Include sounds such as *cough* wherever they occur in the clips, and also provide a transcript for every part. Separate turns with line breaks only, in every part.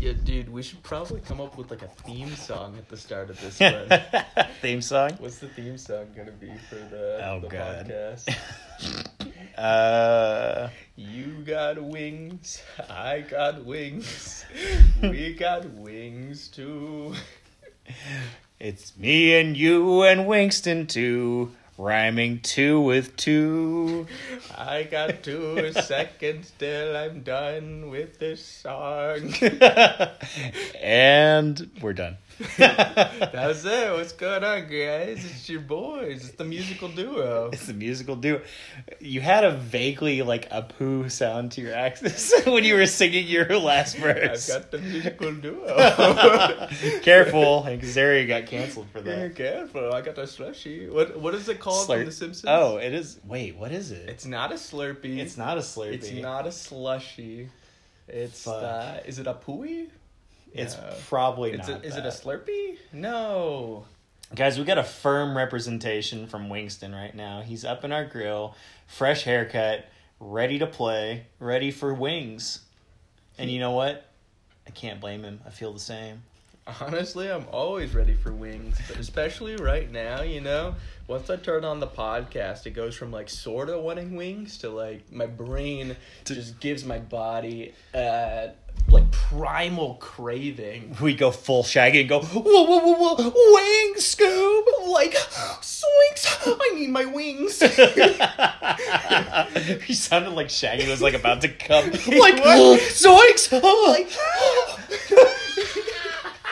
Yeah, dude, we should probably come up with like a theme song at the start of this one.
*laughs* Theme song.
What's the theme song gonna be for the,
Oh,
the
God.
podcast?
Uh,
You got wings, I got
*laughs*
wings, we got wings too.
it's me and you and Wingston too, rhyming two with two. *laughs*
I got two seconds till I'm done with this song.
and we're done. *laughs*
That's it. What's going on, guys? It's your boys. It's the musical duo.
It's a musical duo. You had a vaguely like a poo sound to your accents *laughs* when you were singing your last
I've
verse.
got the
*laughs*
musical duo. *laughs*
Careful, Hank Azaria got canceled for
Be
that.
careful! I got the slushy. What What is it called
Slur-
from The Simpsons?
Oh, it is. Wait, what is it?
it's not a Slurpee.
It's not a Slurpee.
It's not a slushy. It's
Fuck.
uh, is it a pooey?
It's
No.
probably
It's
not.
a, is it a
that.
Slurpee? No.
Guys, we got a firm representation from Wingston right now. He's up in our grill, fresh haircut, ready to play, ready for wings. And you know what? I can't blame him. I feel the same. *laughs*
Honestly, I'm always ready for wings, but especially right now, you know? Once I turn on the podcast, it goes from like sort of wanting wings to like my brain just gives my body uh like primal craving.
We go full shaggy and go, whoa, whoa, whoa, whoa, wing scoob!
*laughs* Like, swings! I need my wings!
*laughs*
*laughs*
he sounded like Shaggy was like about to come. *laughs* like,
was.
zoinks! *gasps* like, *gasps* *laughs*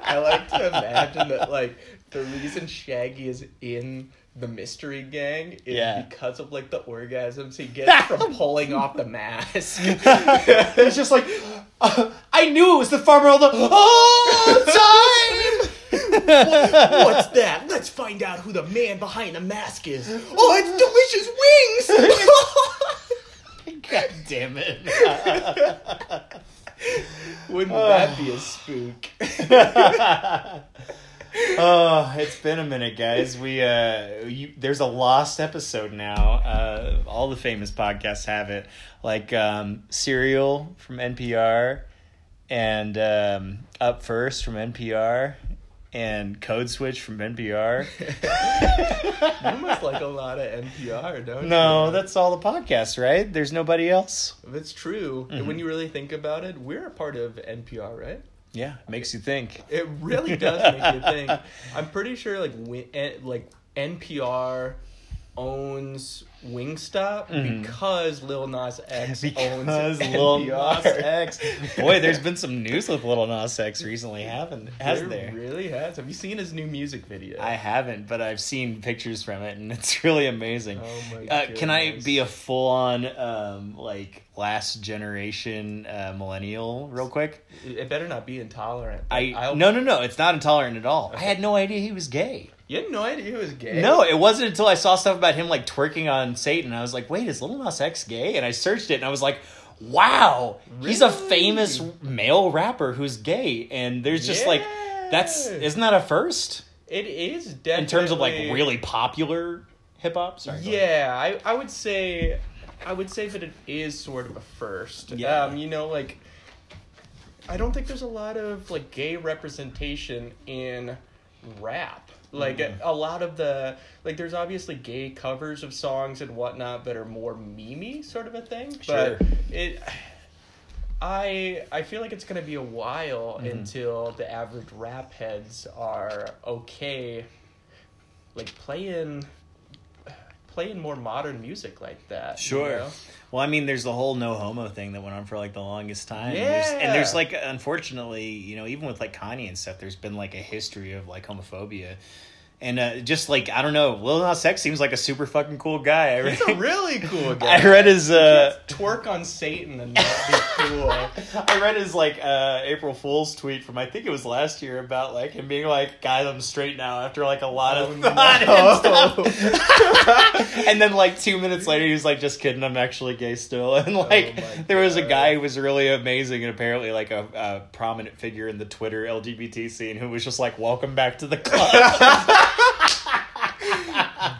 I like to imagine that like the reason Shaggy is in the mystery gang is
Yeah.
because of like the orgasms he gets
*laughs*
from pulling off the mask.
it's just like, uh, I knew it was the farmer all the oh, time!
What's that? Let's find out who the man behind the mask is. Oh, it's delicious wings.
*laughs*
*laughs*
God damn *laughs* it.
Wouldn't that be a spook?
oh, it's been a minute, guys. We uh you, there's a lost episode now. Uh all the famous podcasts have it. Like um Serial from NPR and um Up First from NPR and Code Switch from NPR.
you must like a lot of NPR, don't
no, that's all the podcasts, right? There's nobody else.
you? That's true. And
Mm-hmm.
When you really think about it, we're a part of NPR, right?
Yeah, makes you think.
It really does make you think.
*laughs*
I'm pretty sure like Win- N- like NPR owns Wingstop because Lil Nas
*laughs*
X owns
Mm-hmm. Because Lil
NPR. *laughs*
Nas X. Boy, there's been some news with Lil Nas X recently, haven't hasn't
There
there?
really has. Have you seen his new music video?
I haven't, but I've seen pictures from it, and it's *laughs* really amazing.
Oh my
uh, can I
goodness.
be a full on um, like last generation uh, millennial real quick?
it better not be intolerant.
I
I'll-
no no no, it's not intolerant at all. I had no idea he was gay.
You had no idea he was gay.
No, it wasn't until I saw stuff about him like twerking on Satan. I was like, wait, is Little Nas X gay? And I searched it, and I was like. Wow, he's a
Really?
famous male rapper who's gay, and there's just like, that's
Yeah.
isn't that a first
it is definitely
in terms of like really popular hip hop? Sorry, go ahead.
Yeah, I, I would say I would say that it is sort of a first.
Yeah.
Um, you know, like I don't think there's a lot of like gay representation in rap. Like
Mm-hmm.
a, a lot of the like there's obviously gay covers of songs and whatnot that are more memey sort of a thing.
Sure.
But it I I feel like it's gonna be a while
Mm-hmm.
until the average rap heads are okay like playing playing more modern music like that. you
Sure.
know?
Well, I mean, there's the whole no homo thing that went on for like the longest time. And there's-
Yeah.
and there's like, unfortunately, you know, even with like Kanye and stuff, there's been like a history of like homophobia. And uh, just like, I don't know, Lil Nas X seems like a super fucking cool guy. I *laughs*
He's a
read,
really cool guy.
I read his, uh,
twerk on Satan and not be
*laughs*
cool.
I read his like uh, April Fool's tweet from I think it was last year about like him being like, guys, I'm straight now after like a lot
Oh,
of
no.
thought *laughs*
*laughs*
and stuff. and then like two minutes later he was like just kidding i'm actually gay still *laughs* and like
my
there was a
God.
guy who was really amazing and apparently like a, a prominent figure in the twitter lgbt scene who was just like welcome back to the club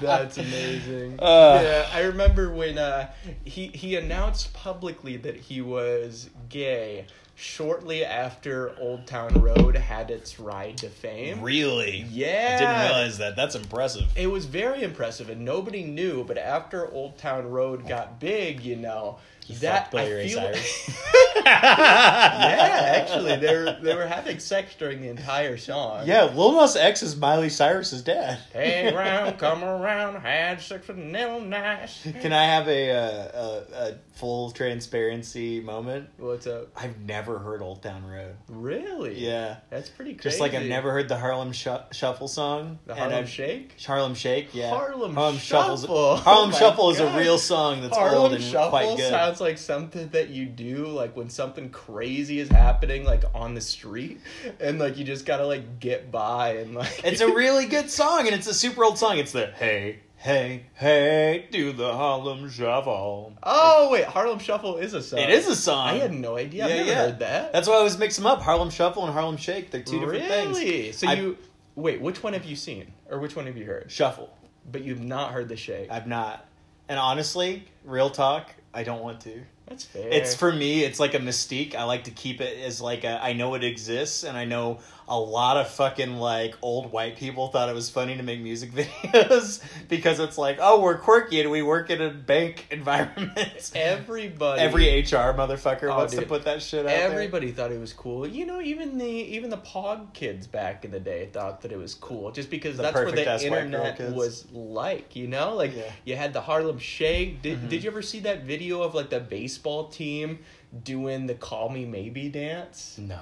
That's amazing.
Uh.
yeah, I remember when uh, he he announced publicly that he was gay shortly after Old Town Road had its ride to fame.
*laughs* Really?
Yeah.
I didn't realize that. That's *laughs* impressive.
It was very impressive, and nobody knew. But after Old Town Road got big, you know, that
fucked Billy
I
Ray
feel-
Cyrus.
*laughs* yeah, actually, they were they were having sex during the entire song.
Yeah, Lil Nas X is Miley Cyrus's dad. *laughs*
Hey, round, come around, had sex with Neil Nash.
Can I have a, uh, a a full transparency moment?
What's up?
I've never heard Old Town Road.
Really?
Yeah.
That's pretty crazy.
Just like I've never heard the Harlem Shu Shuffle song.
The
and
Harlem
I've-
Shake?
Harlem Shake, yeah.
Harlem
Shuffle's-
Shuffle.
Harlem
Oh my
Shuffle is
God.
a real song that's old
Harlem
and
Shuffle
quite good.
sounds like something that you do like when something crazy is happening like on the street and like you just gotta like get by and like *laughs*
It's a really good song, and it's a super old song. It's the hey, hey, hey, do the Harlem Shuffle.
Oh wait, Harlem Shuffle is a song.
It is a song.
Uh, I had no idea. I've
Yeah,
never
yeah.
heard that.
That's why I always mix them up. Harlem Shuffle and Harlem Shake. They're two
really?
different things.
So
I-
you wait, which one have you seen? Or which one have you heard?
Shuffle.
But you've not heard the shake.
I've not. And honestly, real talk, I don't want to.
That's fair.
It's for me, it's like a mystique. I like to keep it as like a, I know it exists, and I know a lot of fucking like old white people thought it was funny to make music *laughs* videos because it's like, oh, we're quirky and we work in a bank *laughs* environment.
everybody
Every HR motherfucker
Oh,
wants to
dude.
put that shit out there.
Everybody thought it was cool. You know, even the even the pog kids back in the day thought that it was cool, just because
The
that's where
perfect ass
the
white girl
internet
kids.
was like. You know, like
Yeah. Mm-hmm.
you had the Harlem Shake. Did Did you ever see that video of like the baseball team doing the "Call Me Maybe" dance?
No.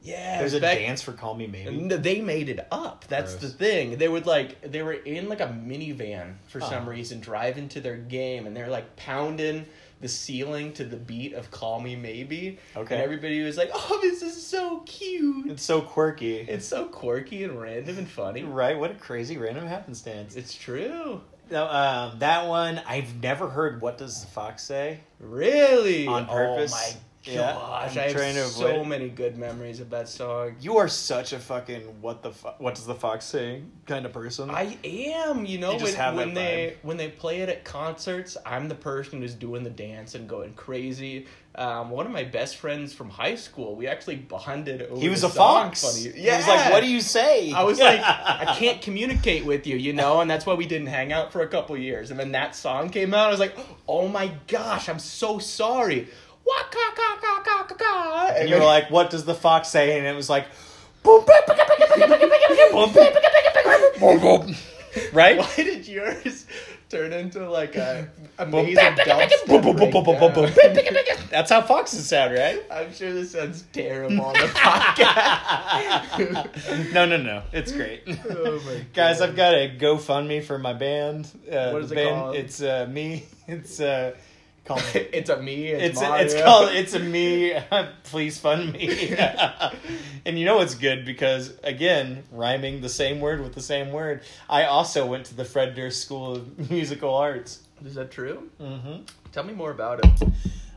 Yeah,
There's a
back- Mm.
dance for Call Me Maybe.
and They made it up. That's
Gross.
the thing. They would like they were in like a minivan for some
Oh.
reason, driving to their game, and they're like pounding the ceiling to the beat of "Call Me Maybe."
Okay.
and everybody was like, "Oh, this is so cute!
It's so quirky.
It's so quirky and random and funny."
right? What a crazy random happenstance.
It's true,
No, um, that one I've never heard. What does the fox say?
really.
On purpose?
Oh my
Yeah,
gosh!
I'm
I have
trying to
so
avoid-
many good memories of that song.
You are such a fucking what the fo- what does the fox say kind of person.
I am, you know,
You just
when,
have that
when they when they play it at concerts, I'm the person who's doing the dance and going crazy. Um, one of my best friends from high school, we actually bonded over.
he was
the
a
song
fox.
Funny.
He was like,
Yeah.
"What do you say?"
I was like, I can't communicate with you, you know, and that's why we didn't hang out for a couple years. And then that song came out. I was like, oh my gosh, I'm so sorry. Wah, ka, ka, ka, ka, ka, ka. And,
And you were
then-
like, "What does the fox say?" And it was like, boom, boom, boom, boom, boom, boom, boom, boom, boom, boom, boom. right?
Why did yours turn into like a
Boom,
amazing
boom, boom, boom, boom, boom, boom, boom, boom,
dubstep
boom,
breakdown?
boom, boom. That's how foxes sound, right?
I'm sure this sounds terrible on the
*laughs*
podcast.
no, no, no. It's great.
Oh my
Guys,
God.
I've got a GoFundMe for my band. Uh,
What is
the
it
band,
called?
It's uh, me. It's uh, called.
it's a me. It's
It's it's
Mario.
called it's a me. *laughs* Please fund me. *laughs* and you know it's good because again, rhyming the same word with the same word. I also went to the Fred Durst School of *laughs* Musical Arts.
Is that true?
hmm
Tell me more about it.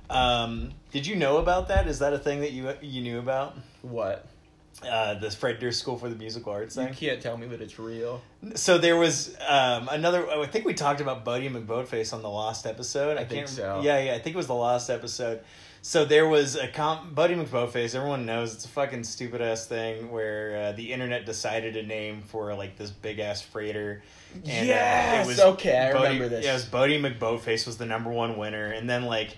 Um, did you know about that? Is that a thing that you you knew about?
What?
Uh, the Fred Durst School for the Musical Arts
You
thing.
can't tell me that it's real.
So there was um, another. I think we talked about Buddy McBoatface on the Lost episode. I,
think
can't,
so.
Yeah, yeah. I think it was the Lost episode. So there was a comp, Buddy McBoatface. Everyone knows it's a fucking stupid ass thing where uh, the internet decided a name for like this big ass freighter. uh,
Yes! Okay, I
Bodie-
remember this.
Yeah, it was Buddy McBoatface was the number one winner, and then like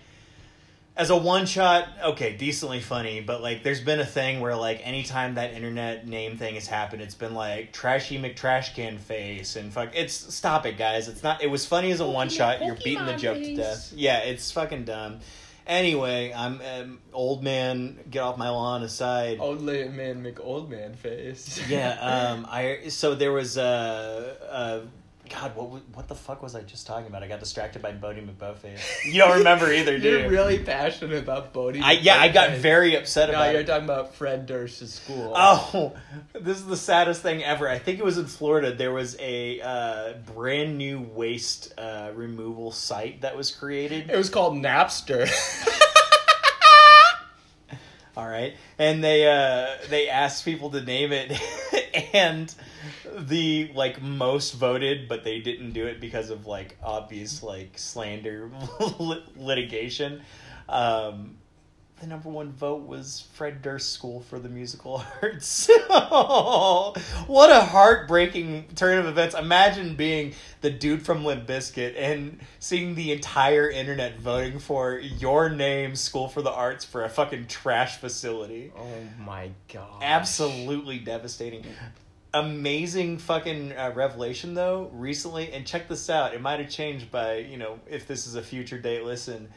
as a one shot, okay, decently funny, but like there's been a thing where like anytime that internet name thing has happened, it's been like trashy McTrashcan face and fuck it's stop it guys. It's not it was funny as a one shot, you're beating the
Pokemon
joke to
face.
death. Yeah, it's fucking dumb. Anyway, I'm um, old man, get off my lawn aside.
Old la- man make old man face. *laughs*
Yeah, um I so there was uh, uh God, what wa- what the fuck was I just talking about? I got distracted by Bodie McBoatface. You don't remember
*laughs*
either, do you?
You're really passionate about Bodie.
I yeah, I got
McFerrin.
very upset
No,
about
you're
it.
talking about Fred Durst's school.
Oh, this is the saddest thing ever. I think it was in Florida. There was a uh, brand new waste uh, removal site that was created.
It was called
*laughs*
Napster. *laughs*
All right, *laughs* and they uh, they asked people to name it, and the like most voted, but they didn't do it because of like obvious like slander *laughs* lit- litigation. Um, the number one vote was Fred Durst School for the Musical *laughs* Arts. what a heartbreaking turn of events! Imagine being the dude from Limp Bizkit and seeing the entire internet voting for your name, School for the Arts, for a fucking trash facility.
Oh my god.
Absolutely devastating. Amazing fucking uh, revelation though recently, and check this out. It might have changed by you know if this is a future date listen.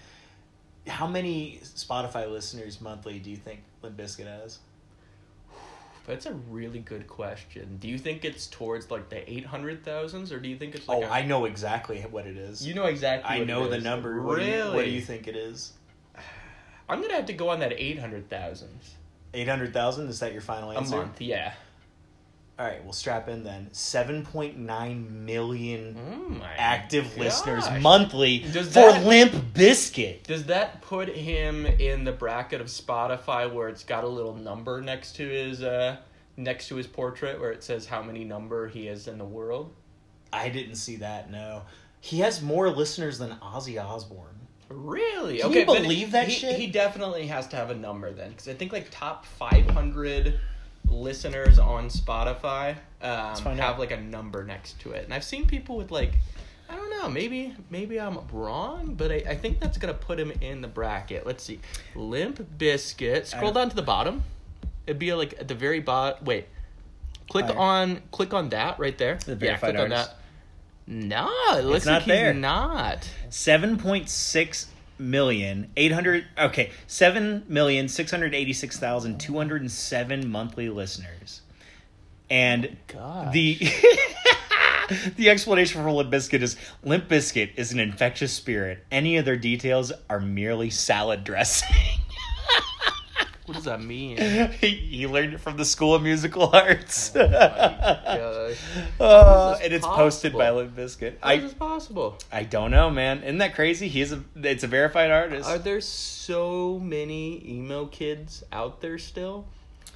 How many Spotify listeners monthly do you think Limp Bizkit has?
That's a really good question. Do you think it's towards like the eight hundred thousands, or do you think it's like
Oh, I know exactly what it is.
You know exactly.
I
what it
know the
is.
number. What do
Really?
you- what do you think it is?
I'm gonna have to go on that eight hundred thousands
Eight hundred thousand. Is that your final
a
answer?
month. Yeah.
All right, we'll strap in then. Seven point nine million
Oh my
active listeners
gosh.
monthly
Does
for
that-
Limp Bizkit.
Does that put him in the bracket of Spotify where it's got a little number next to his uh next to his portrait where it says how many number he is in the world?
I didn't see that. No, he has more listeners than Ozzy Osbourne.
Really?
Can
okay,
you
but
believe that
he,
shit?
He definitely has to have a number then, because I think like top 500 listeners on Spotify um,
find
have
out.
like a number next to it, and I've seen people with like. I don't know. Maybe maybe I'm wrong, but I, I think that's gonna put him in the bracket. Let's see, Limp Biscuit. Scroll
don't-
down to the bottom. It'd be like at the very bottom. Wait, click
Higher.
on click on that right there.
The
yeah,
verified
click on
artist.
that. No, it looks
not
like he's
there.
not.
Seven point six million eight hundred. Okay, seven million six hundred eighty-six thousand two hundred and seven monthly listeners, and
God.
the. *laughs* The explanation for Limp Biscuit is Limp Biscuit is an infectious spirit. Any other details are merely salad dressing. *laughs*
What does that *laughs* mean?
he, he learned it from the School of Musical Arts. *laughs*
gosh.
Uh,
How is Oh this
and it's
possible?
posted by Limp Bizkit.
How is
I
this possible?
I don't know, man. Isn't that crazy? He's a it's a verified artist.
Are there so many emo kids out there still?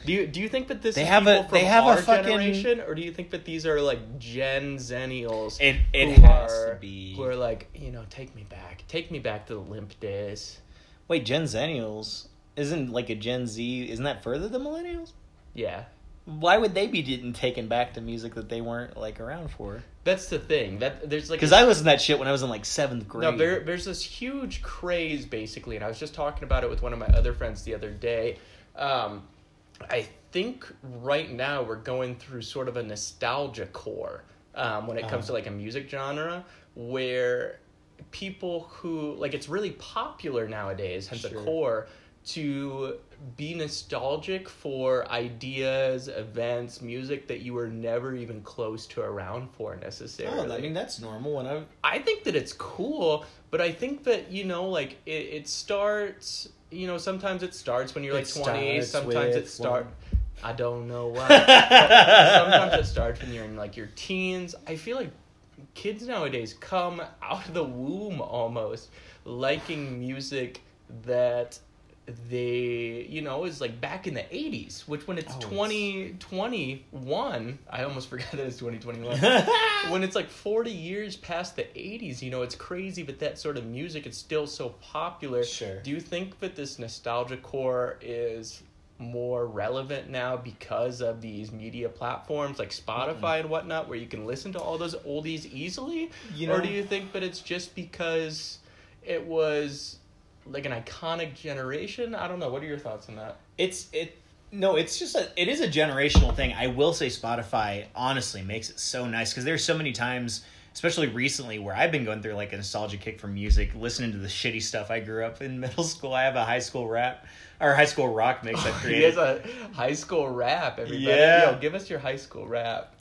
Do you do you think that this
They
is
have a-
people from
they have a
our
fucking-
generation, or do you think that these are like Gen Zennials?
It- it
who
has to
are,
be.
Who are like you know, take me back, take me back to the limp days.
Wait, Gen Zennials isn't like a Gen Z. Isn't that further than millennials?
Yeah,
Why would they be getting taken back to music that they weren't like around for?
that's the thing. That there's like
Because I listened to that shit when I was in like seventh grade.
No, there, there's this huge craze basically, and I was just talking about it with one of my other friends the other day. Um, I think right now we're going through sort of a nostalgia core um, when it comes
Uh-huh.
to like a music genre where people who like it's really popular nowadays, hence a
Sure.
core, to be nostalgic for ideas, events, music that you were never even close to around for necessarily.
Oh, I mean that's normal. When I
I think that it's cool, but I think that you know, like it, it starts. You know, sometimes it starts when you're like
It
twenty.
starts
Sometimes it
with
start.
one-
I don't know why. but *laughs* sometimes it starts when you're in like your teens. I feel like kids nowadays come out of the womb almost liking music that they you know is like back in the 80s which when it's
Oh, it's-
2021 i almost forgot that it's 2021 *laughs*
*laughs*
when it's like 40 years past the 80s you know it's crazy but that sort of music is still so popular
Sure.
do you think that this nostalgia core is more relevant now because of these media platforms like spotify and whatnot where you can listen to all those oldies easily
You
or
know-
do you think that it's just because it was like an iconic generation i don't know what are your thoughts on that
it's it no it's just a it is a generational thing i will say spotify honestly makes it so nice because there's so many times especially recently where i've been going through like a nostalgia kick for music listening to the shitty stuff i grew up in *laughs* middle school i have a high school rap or high school rock mix
*laughs*
i
he
created
has a high school rap everybody
Yeah.
Yo, give us your high school rap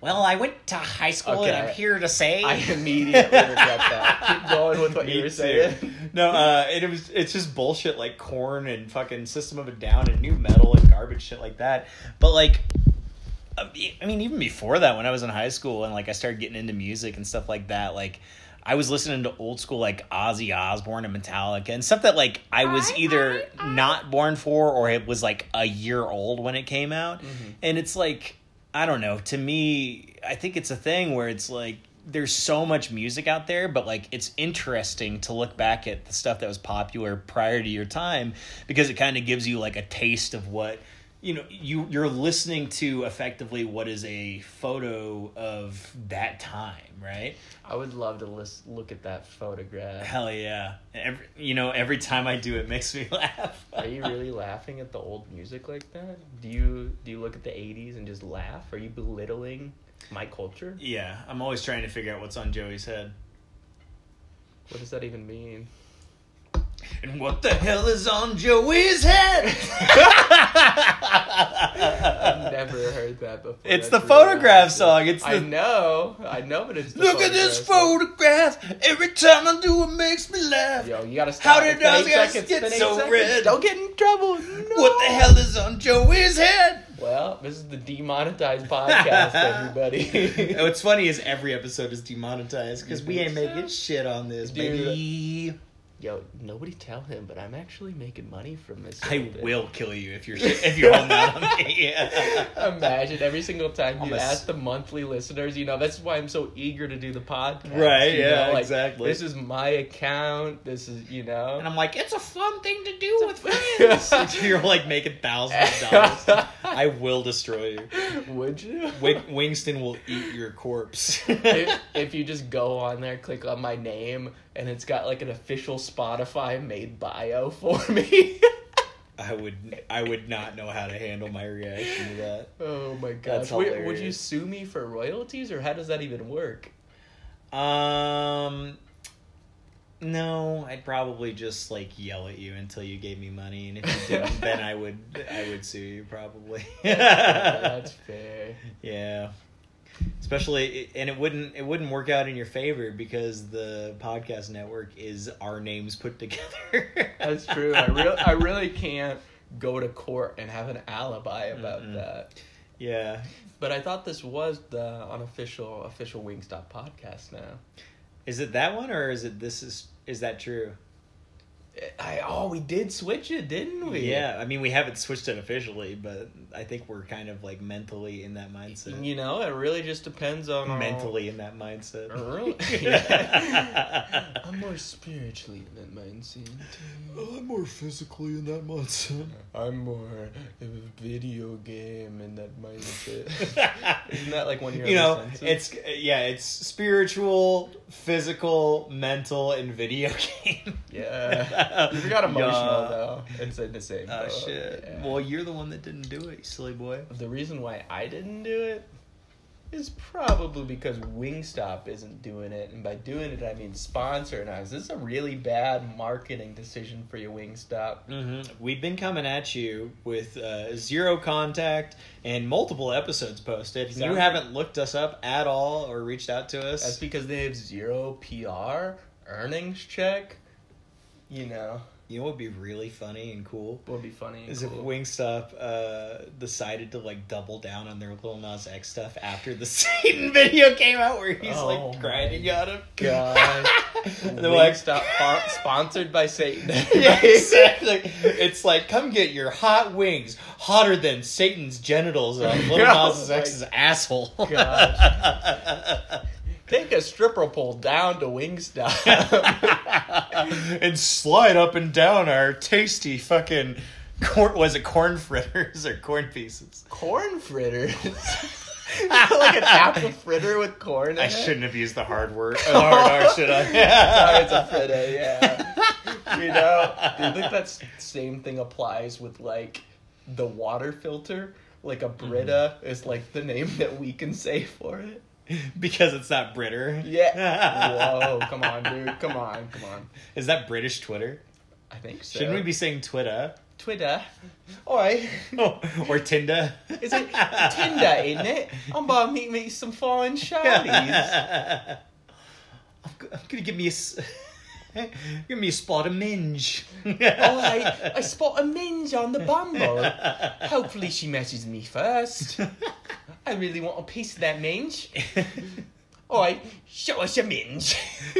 well i went to high school
Okay,
and i'm
I-
here to say
I immediately regret
*laughs*
that. Keep going with what
Me
you were
too.
saying.
*laughs* No, uh, and it was it's just bullshit like corn and fucking System of a Down and new metal and garbage shit like that. But like, I mean- I mean, even before that, when I was in high school and like I started getting into music and stuff like that, like. I was listening to old school like Ozzy Osbourne and Metallica and stuff that like I was either
Mm-hmm.
not born for or it was like a year old when it came out. And it's like I don't know. To me, I think it's a thing where it's like there's so much music out there, but like it's interesting to look back at the stuff that was popular prior to your time because it kind of gives you like a taste of what you know you you're listening to effectively what is a photo of that time, right?
I would love to list, look at that photograph.
Hell yeah. Every, you know, every time I do it makes me *laughs* laugh.
Are you really laughing at the old music like that? Do you do you look at the '80s and just laugh? Are you belittling my culture?
Yeah, I'm always trying to figure out what's on Joey's head.
What does that even mean?
And what the hell is on
*laughs*
Joey's head?
I've never heard that before. That's
It's the
really
photograph
awesome.
song. It's
I
the-
know, I know, but it's the
Look at this
photograph song.
photograph. Every time I do it makes me laugh.
Yo, you gotta stop.
How did
It's been
I
eight
get-
seconds.
get
It's been eight
so
seconds.
red?
Don't get in trouble. No.
What the hell is on Joey's head?
Well, this is the
*laughs*
demonetized podcast, everybody. *laughs*
What's funny is every episode is demonetized because we ain't
think so?
making shit on this,
Dude.
baby.
Yo, nobody tell him, but I'm actually making money from this.
I
little bit.
will kill you if you're if you're holding out on *laughs* me.
*laughs* Imagine every single time
I'm
you
a s-
ask the monthly listeners, you know, that's why I'm so eager to do the podcast.
Right,
you
yeah,
know, like,
exactly.
This is my account. This is, you know.
And I'm like, it's a fun thing to do with
It's a- *laughs*
friends. *laughs* You're like making thousands of dollars. I will destroy you.
*laughs* Would you?
Wing- Wingston will eat your corpse.
*laughs* if, if you just go on there, click on my name, and it's got like an official Spotify made bio *laughs* for me.
I would I would not know how to handle my reaction to that.
oh my gosh.
That's
Would, would you
hilarious.
sue me for royalties, or how does that even work?
*laughs* Um no, I'd probably just like yell at you until you gave me money and if
*laughs*
you didn't then I would I would sue you probably.
That's fair.
*laughs* yeah. Especially and it wouldn't it wouldn't work out in your favor because the podcast network is our names put together.
That's true.
*laughs*
I, re- I really can't go to court and have an alibi about
Mm-mm.
that.
Yeah.
But I thought this was the unofficial official Wingstop podcast now.
Is it that one or is it this is is that true?
I oh we did switch it, didn't we?
Yeah, I mean, we haven't switched it officially, but I think we're kind of like mentally in that mindset.
You know, it really just depends on our- *laughs*
mentally in that mindset.
Oh,
*laughs*
Really? Yeah. I'm more spiritually in that mindset.
I'm more physically in that mindset.
I'm more of a video game in that mindset. Isn't *laughs* that like one of your
*laughs* you
other
know,
senses?
it's yeah, it's spiritual, physical, mental, and video *laughs* game.
yeah.
*laughs*
You forgot emotional
Yeah.
though. It's in the same.
Oh
boat.
shit!
Yeah.
Well, you're the one that didn't do it, you silly boy.
the reason why I didn't do it is probably because Wingstop isn't doing it, and by doing it I mean sponsoring us. This is a really bad marketing decision for your Wingstop.
Mm-hmm. We've been coming at you with uh, zero contact and multiple episodes posted. and You
Exactly.
haven't looked us up at all or reached out to
That's
us.
because they have zero PR earnings check. You know,
you know what would be really funny and cool?
would be funny. and
Is
cool.
if Wingstop uh, decided to like double down on their Lil Nas X stuff after the *laughs* Satan video came out where he's
Oh
like grinding
my
at him.
*laughs* God.
And *laughs* they're like, *laughs*
Wingstop fo- sponsored by *laughs* Satan.
yeah, exactly. *laughs* It's like, come get your hot wings, hotter than Satan's
*laughs*
genitals on Lil
Oh
Nas X's
my
asshole.
*laughs* Take a stripper pole down to
*laughs*
Wingstop.
*laughs* and slide up and down our tasty fucking corn. Was it corn fritters or corn pieces?
corn fritters. *laughs* like an
*laughs*
apple fritter with corn. In
I
it?
shouldn't have used the hard
*laughs*
word. The hard R, should I?
Sorry, it's a fritter.
*laughs*
Yeah. you know, do you think that s- same thing applies with like the water filter? Like a
Mm-hmm.
Brita is like the name that we can say for it.
because it's not Britter.
Yeah.
*laughs*
Whoa, come on, dude. Come on, come on.
Is that British Twitter?
I think so.
Shouldn't we be saying Twitter *laughs* Oh,
Twitter? All right.
or Tinder?
Is it Tinder,
*laughs*
isn't it? I'm about to meet me some foreign shawties.
I'm, g- I'm gonna give me a, s- *laughs* give me a spot of minge.
*laughs* All right, I spot a minge on the bumble.
*laughs*
Hopefully she messages me first. I really want a piece of that minge. All right, show us your minge. *laughs*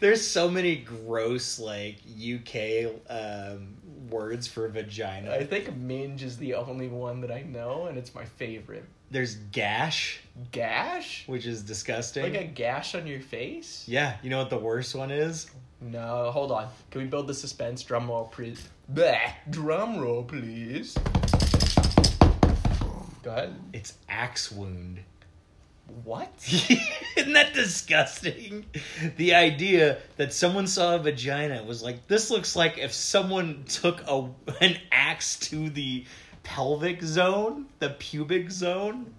There's so many gross like UK um, words for vagina.
I think minge is the only one that I know, and it's my favorite.
There's gash,
Gash?
which is disgusting.
Like a gash on your face?
yeah, you know what the worst one is?
No, hold on. Can we build the suspense? Drum roll, please. Bleh. Drum roll, please. Go ahead.
It's axe wound.
What?
*laughs* Isn't that disgusting? The idea that someone saw a vagina was like, this looks like if someone took a an axe to the pelvic zone, the pubic zone,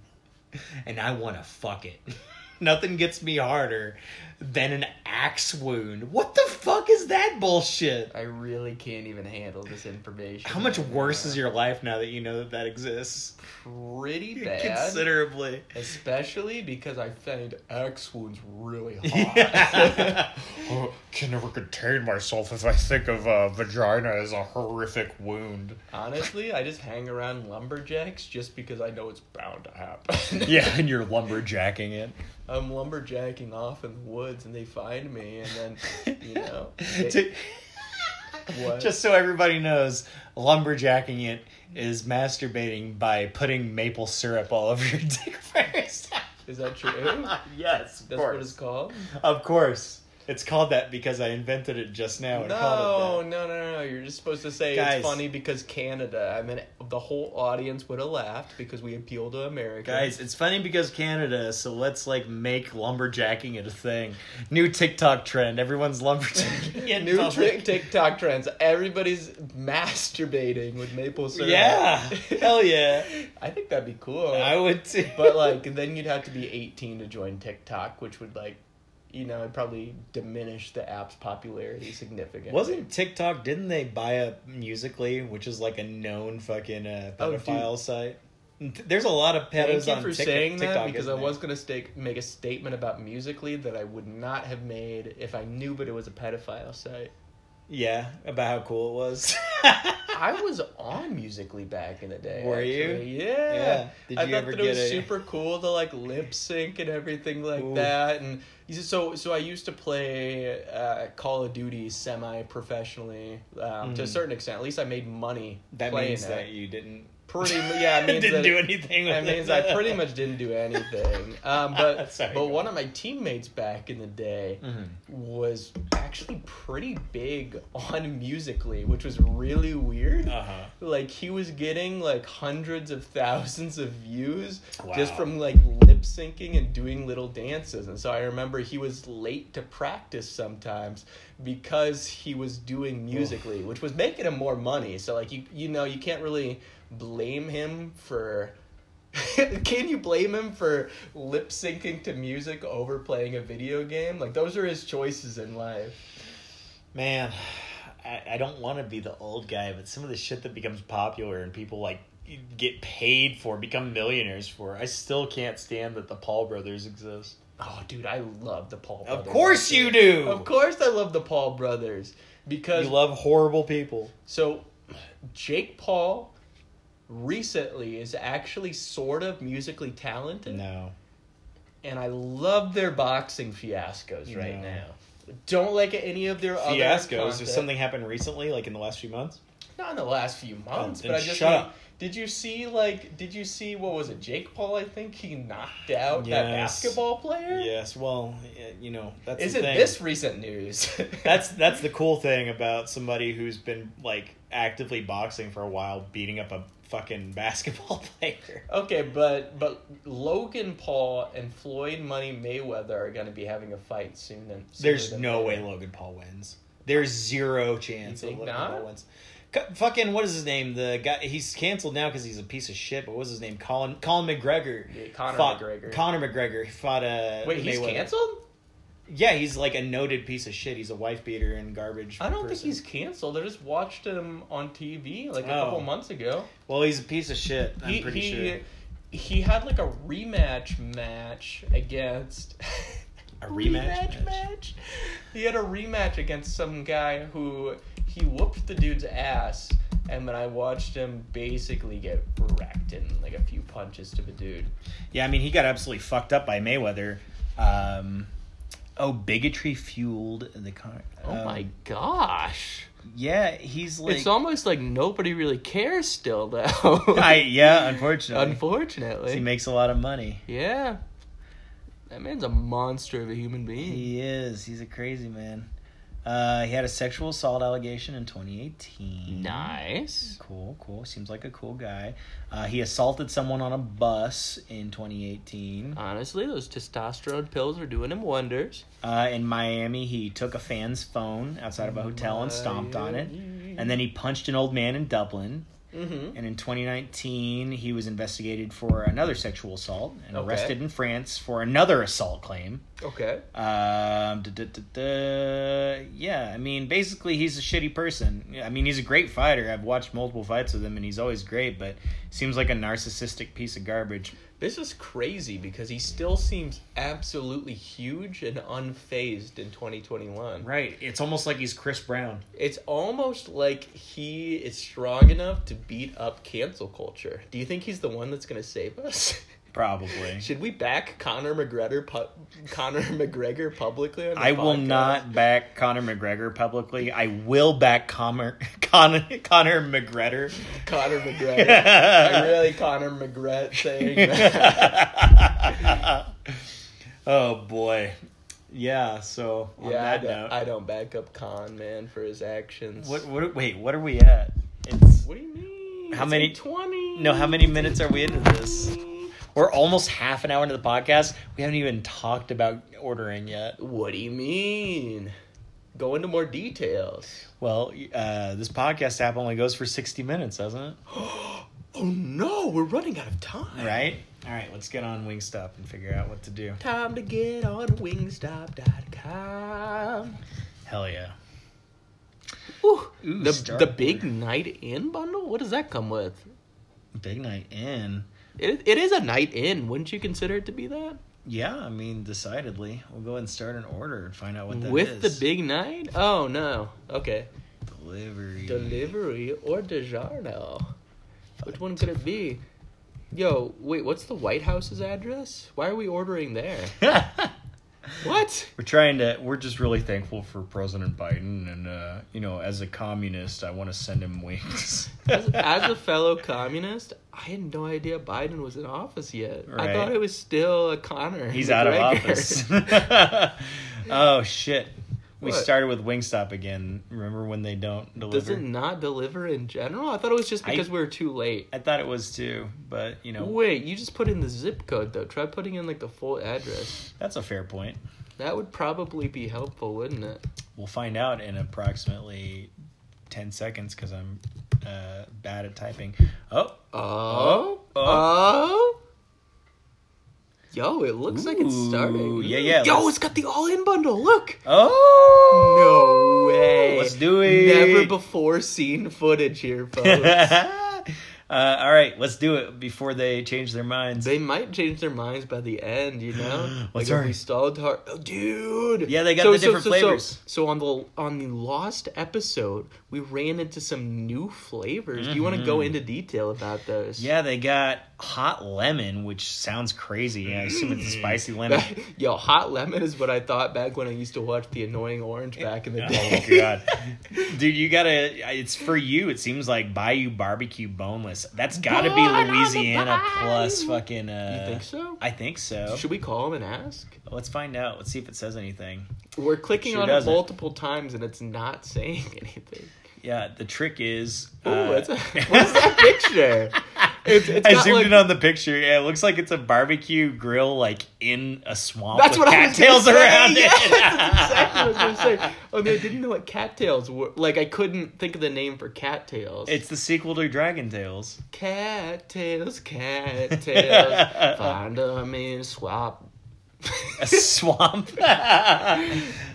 and I want to fuck it. *laughs* Nothing gets me harder than an axe wound. What the fuck is that bullshit?
I really can't even handle this information.
How much worse is your life now that you know that that exists?
Pretty bad.
Considerably.
Especially because I find X wounds
*laughs*
really hot.
Yeah.
Oh, can never contain myself if I think of uh, vagina as a horrific wound.
Honestly, I just hang around lumberjacks just because I know it's bound to happen.
*laughs* yeah, and you're lumberjacking it.
*laughs* I'm lumberjacking off in the woods and they find me and then,
*laughs*
you know. they-
To-
What?
Just so everybody knows, lumberjacking it is masturbating by putting maple syrup all over your *laughs* dick first.
Is that true?
yes, *laughs* of
That's what it's called?
Of course. It's called that because I invented it just now and
No, no,
called it
no, no, no. You're just supposed to say
Guys.
it's funny because Canada. I mean, the whole audience would have laughed because we appeal to America. *laughs*
that. Guys, it's funny because Canada, so let's like make lumberjacking it a thing. New TikTok trend. Everyone's *laughs* lumberjacking in
New
public.
trick TikTok trends. Everybody's masturbating with maple syrup. *laughs*
Yeah. *laughs* Hell *laughs* yeah.
I think that'd be cool.
I would too.
but like, then you'd have to be 18 to join TikTok, which would like, you know, it'd probably diminish the app's popularity significantly.
Wasn't TikTok? Didn't they buy up Musically, which is like a known fucking uh,
Oh, dude.
pedophile site? Th- There's a lot of pedos
Thank you
on
for
Tik-
saying
TikTok.
that because I
isn't
was
there?
gonna stake, make a statement about Musically that I would not have made if I knew, but it was a pedophile site.
Yeah, about how cool it was. *laughs*
I was on Musically back in the day.
Were you?
actually. Yeah.
Yeah. Did
I
you
thought
ever
that it was
get a-
super cool to like lip sync and everything like
Ooh.
that. And you see, so so I used to play uh, Call of Duty semi professionally um, to a certain extent. At least I made money
Hmm. that
playing
means
it.
that you didn't.
Pretty mu- yeah,
*laughs*
it means
didn't
that-
do anything. With
That means
it.
I
*laughs*
pretty much didn't do anything. Um, but
Sorry, go
but
on.
one of my teammates back in the day
Mhm.
was actually pretty big on Musically, which was really weird.
Uh-huh.
Like he was getting like hundreds of thousands of views just
Wow.
from like lip syncing and doing little dances. And so I remember he was late to practice sometimes because he was doing musically, which was making him more money. So like you you know, you can't really blame him for *laughs* Can you blame him for lip syncing to music over playing a video game? Like those are his choices in life.
Man, I, I don't want to be the old guy, but some of the shit that becomes popular and people like get paid for, become millionaires for, I still can't stand that the Paul brothers exist.
Oh, dude, I love the Paul.
Of
brothers.
course you do.
Of course, I love the Paul brothers because
You love horrible people.
so Jake Paul recently is actually sort of musically talented,
No.
and I love their boxing fiascos right
No.
now. Don't like any of their other
Fiascos.
content.
Does something happen recently, like in the last few months?
not in the last few months,
Oh, then
but I just
shut
mean,
up.
did you see like did you see what was it Jake Paul? I think he knocked out that
Yes.
basketball player.
Yes. Well, eh, you know that's the
Isn't
thing.
this recent news? *laughs*
That's that's the cool thing about somebody who's been like actively boxing for a while, beating up a fucking *laughs* basketball player.
Okay, but but Logan Paul and Floyd Money Mayweather are going to be having a fight soon. And sooner
There's
than
no way
later.
Logan Paul wins. There's zero chance
You
that
think
Logan
not?
Paul wins. C- fucking what is his name? The guy he's canceled now because he's a piece of shit. But what was his name? Colin Colin McGregor.
Yeah, Conor
fought-
McGregor.
Conor McGregor fought uh, a.
Wait, he's canceled?
Yeah, he's like a noted piece of shit. He's a wife beater and garbage.
I don't think
person.
he's canceled. I just watched him on TV like a
Oh.
couple months ago.
Well, he's a piece of shit. I'm
he,
pretty
he,
sure.
He had like a rematch match against. *laughs*
A rematch match?
match? He had a rematch against some guy who he whooped the dude's ass, and then I watched him basically get wrecked in like a few punches to the dude.
Yeah, I mean, he got absolutely fucked up by Mayweather. Um, oh, bigotry fueled the con.
Oh
um,
my gosh.
yeah, he's like
it's almost like nobody really cares still, though.
*laughs* I yeah,
*laughs*
unfortunately.
Unfortunately.
he makes a lot of money.
yeah. That man's a monster of a human being.
He is. He's a crazy man. Uh, he had a sexual assault allegation in 2018.
Nice.
Cool, cool. Seems like a cool guy. Uh, he assaulted someone on a bus in 2018.
Honestly, those testosterone pills are doing him wonders.
Uh, in Miami, he took a fan's phone outside of a hotel and stomped on it. And then he punched an old man in Dublin.
Mm-hmm.
And in 2019, he was investigated for another sexual assault and
Okay.
arrested in France for another assault claim.
Okay.
Um, duh, duh, duh, duh. yeah, I mean, basically, he's a shitty person. Yeah, I mean, he's a great fighter. I've watched multiple fights with him, and he's always great, but seems like a narcissistic piece of garbage.
This is crazy because he still seems absolutely huge and unfazed in 2021.
Right. It's almost like he's Chris Brown.
It's almost like he is strong enough to beat up cancel culture. Do you think he's the one that's going to save us? *laughs*
Probably.
Should we back Conor McGregor, pu- Conor *laughs* McGregor publicly? On the
I will
podcast?
not back Conor McGregor publicly. I will back Conor *laughs* Conor, Conor McGregor.
Conor
*laughs*
McGregor. I really Conor McGregor saying that.
oh boy. Yeah. So on
yeah, I
that
don't,
note,
I don't back up Con man for his actions.
what what? Wait, what are we at? It's
What do you mean?
How many-
Twenty.
no. How many minutes are we into this? We're almost half an hour into the podcast. We haven't even talked about ordering yet.
What do you mean? Go into more details.
Well, uh, this podcast app only goes for sixty minutes, doesn't it?
Oh no, we're running out of time.
Right. All right. Let's get on Wingstop and figure out what to do.
Time to get on Wingstop.com.
Hell yeah.
Ooh,
Ooh,
the
Star
the
Wars.
big night in bundle. What does that come with?
Big night in.
It, it is a night in. Wouldn't you consider it to be that?
Yeah, I mean, decidedly. We'll go ahead and start an order and find out what that is.
With the big night? Oh no. Okay.
delivery.
Delivery or DiGiorno? Which one could it be? Yo, wait, what's the White House's address? Why are we ordering there? What?
*laughs* we're trying to. We're just really thankful for President Biden, and uh, you know, as a communist, I want to send him wings.
As, as a fellow communist, I had no idea Biden was in office yet. I
Right.
thought it was still a Connor.
*laughs* He's out of
McGregor. *laughs*
office. *laughs* oh shit! We
What?
started with Wingstop again. Remember when they don't
Does
deliver?
it not deliver in general? I thought it was just
I-
because we were too late.
I thought it was too, but you know,
Wait, you just put in the zip code though. Try putting in like the full address.
that's a fair point.
That would probably be helpful, wouldn't it?
We'll find out in approximately ten seconds because I'm uh, bad at typing. Oh.
Oh.
Oh.
Oh. Yo, it looks like it's
Ooh,
starting.
yeah, yeah,
Yo,
let's-
it's got the all-in bundle. Look.
Oh
No
*laughs*
way.
Let's do it.
Never before seen footage
*laughs*
here, folks.
uh, all right, let's do it before they change their minds.
they might change their minds by the end, you know.
*gasps* What's
like if
our-
we stalled hard, oh, dude.
Yeah, they got the different flavors.
So, on the on the lost episode, we ran into some new flavors. Do you want to go
Mm-hmm.
into detail about those?
yeah, they got hot lemon, which sounds crazy. I assume it's a spicy
Mm. *laughs*
lemon.
Yo, hot lemon is what I thought back when I used to watch The Annoying Orange back in the
oh
day.
god, dude, you gotta. It's for you. It seems like Bayou Barbecue Boneless. That's gotta
Born on
be
the
Louisiana plus
bayou.
fucking.
You *laughs*
Uh,
think so?
I think so.
Should we call him and ask?
Let's find out. Let's see if it says anything.
We're clicking
Sure
on it
doesn't.
multiple times and it's not saying *laughs* anything.
Yeah, the trick is.
Ooh,
uh,
that's *laughs* a,
*laughs*
what is that picture? It's, it's
I
got,
zoomed
like-
in on the picture. Yeah, it looks like it's a barbecue grill, like in a swamp.
That's
with
what I was gonna
cattails
say.
around
*laughs* Yeah,
*laughs* it.
that's exactly what I was gonna say. Oh, man, I didn't know what cattails were. Like, I couldn't think of the name for cattails.
It's the sequel to Dragon Tales.
cattails, *laughs* cattails. find them in swap.
A swamp. *laughs*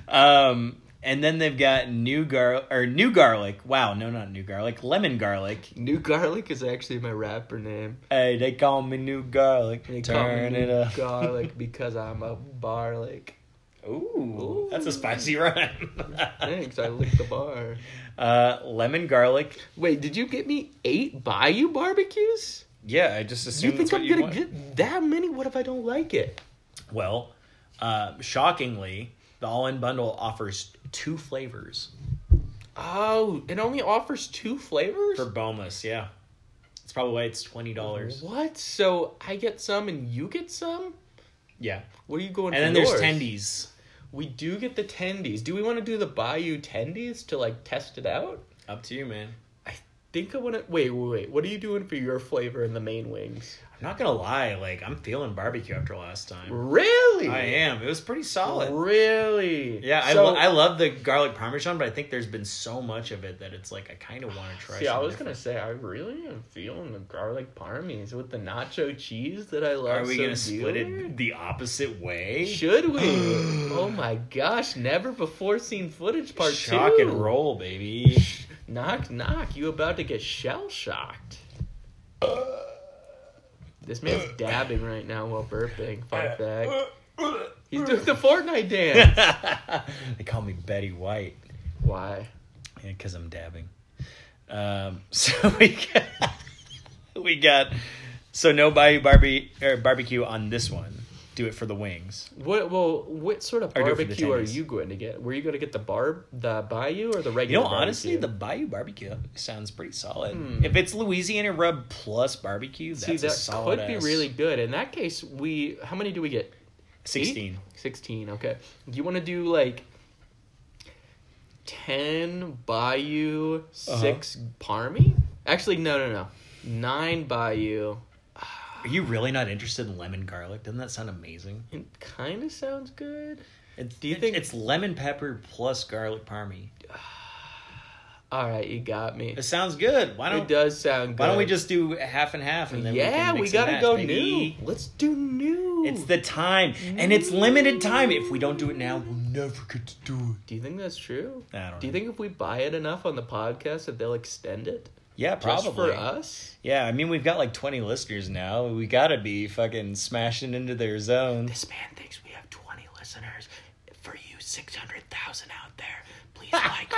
um, and then they've got new gar or new garlic. Wow, no, not new garlic. Lemon garlic.
New Garlic is actually my rapper name.
Hey, they call me new garlic.
They call me
Turn
New
it up.
Garlic because I'm a barlic.
*laughs* Ooh, that's a spicy *laughs* rhyme.
Thanks, I licked the bar.
uh, lemon garlic.
Wait, did you get me eight Bayou barbecues?
Yeah, I just
Do you
assumed
think I'm gonna get that many? What if I don't like it?
Well, uh, shockingly, the all in bundle offers two flavors
Oh, it only offers two flavors?
for boneless. Yeah, it's probably why it's twenty dollars.
What? So I get some and you get some?
Yeah,
What are you going
and
for?
then there's
yours?
tendies.
We do get the tendies. Do we want to do the Bayou tendies to like test it out?
Up to you, man.
I think I want to. Wait, wait, wait. What are you doing for your flavor in the main wings?
I'm not gonna lie. Like I'm feeling barbecue after last time.
Really?
I am. It was pretty solid.
Really?
Yeah, I,
So-
lo- I love the garlic parmesan, but I think there's been so much of it that it's like I kind of want to try.
See, I
something
was gonna say
different.
I really am feeling the garlic parmies with the nacho cheese that I love.
Are we
so
gonna split
dearly.
it the opposite way?
Should we?
*gasps*
oh my gosh! Never before seen footage part
Shock
two.
and roll, baby.
Knock knock! You about to get shell shocked? This man's dabbing right now while burping. Fun fact: he's doing the Fortnite
*laughs*
dance.
*laughs* they call me Betty White
Why?
because I'm dabbing. Um, *laughs* so we got, we got so no Bayou Barbie or barbecue on this one. Do it for the wings.
What? Well, what sort of
Or do it for the
barbecue are
tendies.
you going to get? Were you going to get the barb, the bayou, or the
You
regular?
know,
barbecue?
honestly,
Hmm.
the Bayou barbecue sounds pretty solid. If it's Louisiana rub plus barbecue, that's
See,
a
that
solid.
could be
ass-
really good. In that case, we how many do we get? Eight?
sixteen.
Sixteen. Okay. Do you want to do like ten Bayou,
Uh-huh.
6 Parmy? Actually, no, no, no, nine Bayou.
Are you really not interested in lemon garlic? Doesn't that sound amazing?
It kind of sounds good.
It's,
Do you think-
it's lemon pepper plus garlic parmy?
All right, you got me.
It sounds good. Why don't
It does sound good.
Why don't we just do half and half and then
Yeah, we,
we, can mix and
gotta
match,
go
baby.
new. Let's do new.
It's the time, and it's limited time. If we don't do it now, we'll never get to do
Do you think that's true?
it. I don't
Do you
know.
think if we buy it enough on the podcast that they'll extend it?
Yeah,
Just
probably.
for us?
Yeah, I mean we've got like twenty listeners now. We gotta be fucking smashing into their zone.
This man thinks we have 20 listeners. For you, 600,000 out there,
*laughs*
please like, favorite,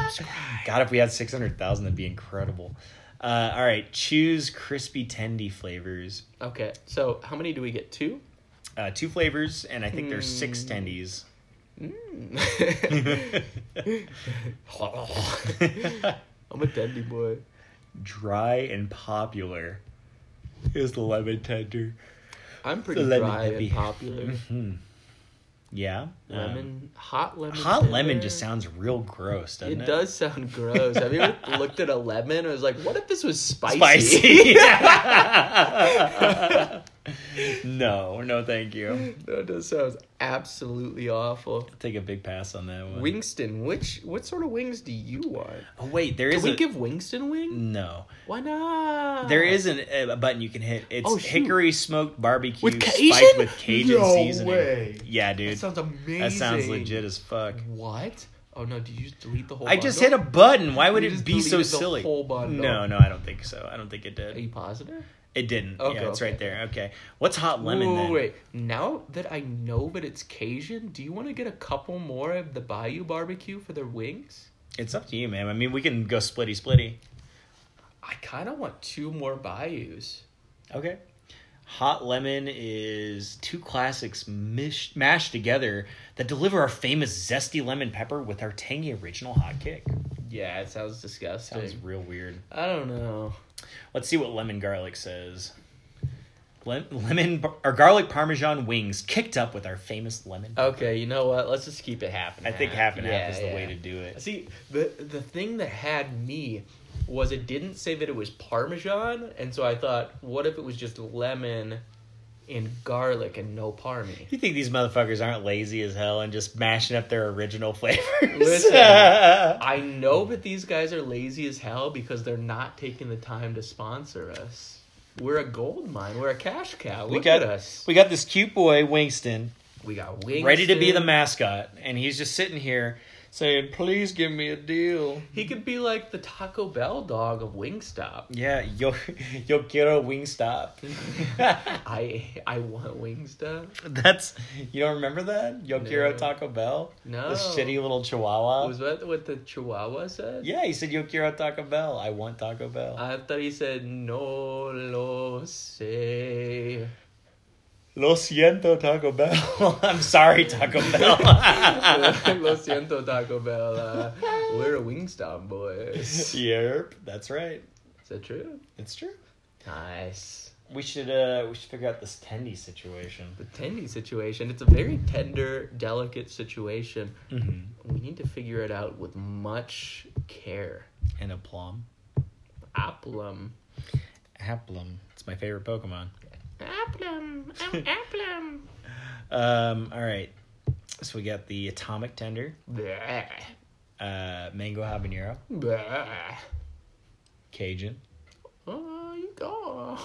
and subscribe.
God, if we had six hundred thousand, that'd be incredible. Uh, all right, choose crispy tendy flavors.
Okay, so how many do we get?
*laughs*
Two?
Uh, two flavors, and I think there's six
Hmm.
tendies. *laughs*
I'm a dandy boy.
Dry and popular is the lemon tender.
I'm pretty
Lemon
dry
hippie.
and
*laughs*
popular.
Yeah. um,
lemon, hot lemon.
hot lemon just
tender.
sounds real gross, doesn't it?
It does sound gross. Have you ever looked at a lemon and was like, what if this was spicy? *laughs*
Spicy. *laughs* no, no, thank you.
that does sound absolutely awful.
Take a big pass on that one.
Wingston, which what sort of wings do you want?
oh wait, there
Can
is
we
a
give Wingston wing?
no.
Why not?
There is an, a button you can hit. It's
Oh, shoot.
hickory smoked barbecue
With Cajun?
spiked with Cajun
No
seasoning.
way.
Yeah, dude,
That sounds amazing.
that sounds legit as fuck.
What? Oh no! Did you just delete the whole?
I just hit
bundle?
a button. Why would
You
it
just
be so
deleted the
silly?
whole bundle.
No, no, I don't think so. I don't think it
Are
did.
you positive?
It didn't.
Okay,
yeah, it's
okay.
right there. Okay. What's hot lemon
wait,
then?
wait, wait. Now that I know that it's Cajun, do you want to get a couple more of the Bayou barbecue for their wings?
It's up to you, man. I mean, we can go splitty splitty.
I kind of want two more Bayous.
Okay. Hot lemon is two classics mish- mashed together that deliver our famous zesty lemon pepper with our tangy original hot kick.
Yeah, it sounds disgusting.
Sounds real weird.
I don't know.
Let's see what lemon garlic says. Lem- lemon bar- or garlic parmesan wings kicked up with our famous lemon.
Okay, you know what? Let's just keep it half and
I think half and half
Yeah,
is the
yeah.
way to do it.
See, the the thing that had me was it didn't say that it was parmesan, and so I thought, what if it was just lemon and garlic and no parmy?
You think these motherfuckers aren't lazy as hell and just mashing up their original *laughs* flavors?
Listen. I know that these guys are lazy as hell because they're not taking the time to sponsor us. We're a gold mine. We're a cash cow. Look
we got
at us.
*laughs* We got this cute boy Wingston
We got wings.
ready to be the
dude.
mascot, and he's just sitting here saying, "Please give me a deal."
He could be like the Taco Bell dog of Wingstop.
Yeah, yo, *laughs* yo quiero Wingstop. *laughs*
I I want Wingstop.
That's you don't remember that yo quiero
No.
Taco Bell.
No.
the shitty little Chihuahua.
Was that what the Chihuahua said?
yeah, he said yo quiero Taco Bell. I want Taco Bell.
I thought he said no lo sé.
Lo siento, Taco Bell.
*laughs* I'm sorry, *laughs* Taco Bell.
*laughs* Lo siento, Taco Bell. Uh, we're a Wingstop
*laughs*
boys.
yep, that's right.
Is that true?
It's true.
Nice.
We should uh we should figure out this tendy situation.
The tendy situation. It's a very tender, delicate situation.
Mm-hmm.
We need to figure it out with much care.
And a plum.
Applum.
Applum. It's my favorite Pokemon.
Applum. Oh, applum.
Um, all right. So we got the Atomic Tender,
Blah.
uh, Mango Habanero,
Blah.
Cajun, *laughs*
Oh, you go.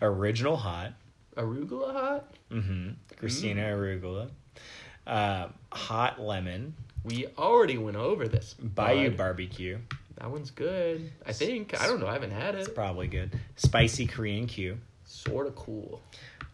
Original Hot,
Arugula hot.
hmm Christina
Mm.
Arugula, uh, Hot Lemon,
We already went over this.
Bayou
bud.
Barbecue.
That one's good. I think. I don't know. I haven't had
It's
it.
probably good. Spicy Korean Q,
Sort of cool.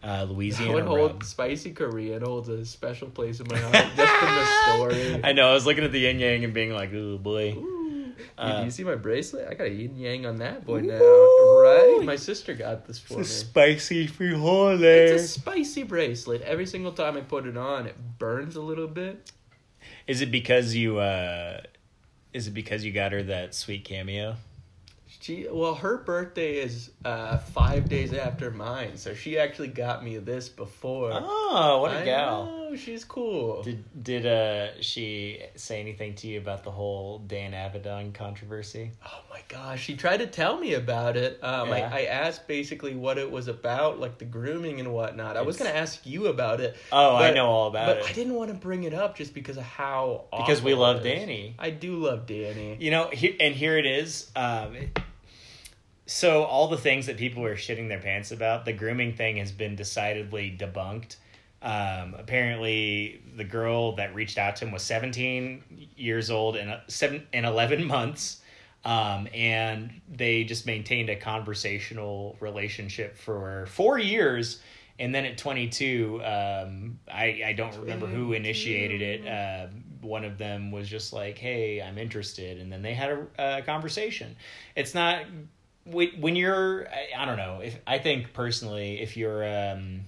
uh,
I would
Louisiana
hold *laughs*
Rub.
spicy Korean holds a special place in my heart just
*laughs*
from the story.
I know. I was looking at the yin yang and being like, "Ooh boy."
Ooh. Dude,
Uh,
you see my bracelet? I got a yin yang on that boy now,
Ooh.
right? My sister got this for me.
Spicy
It's a
frijoles.
spicy bracelet. Every single time I put it on, it burns a little bit.
Is it because you? uh Is it because you got her that sweet cameo?
She well, her birthday is uh, five days after mine, so she actually got me this before.
Oh, what a
I
gal!
know, she's cool.
Did did uh she say anything to you about the whole Dan Avedon controversy?
Oh my gosh, she tried to tell me about it. Um,
Yeah.
I, I asked basically what it was about, like the grooming and whatnot. I was
It's-
going to ask you about it.
Oh, I
but-
know all about
but
it.
I didn't want to bring it up just because of how
Because we
awful
love
it is.
Danny.
I do love Danny.
You know, he, and here it is. Um, it- so all the things that people were shitting their pants about, the grooming thing has been decidedly debunked. Um, apparently, the girl that reached out to him was 17 years old and uh, seven and 11 *laughs* months, um, and they just maintained a conversational relationship for four years. And then at 22, um, I, I don't remember who initiated it. Uh, one of them was just like, "Hey, I'm interested," and then they had a, a conversation. It's not whe- when you're. I, I don't know. If I think personally, if you're, um,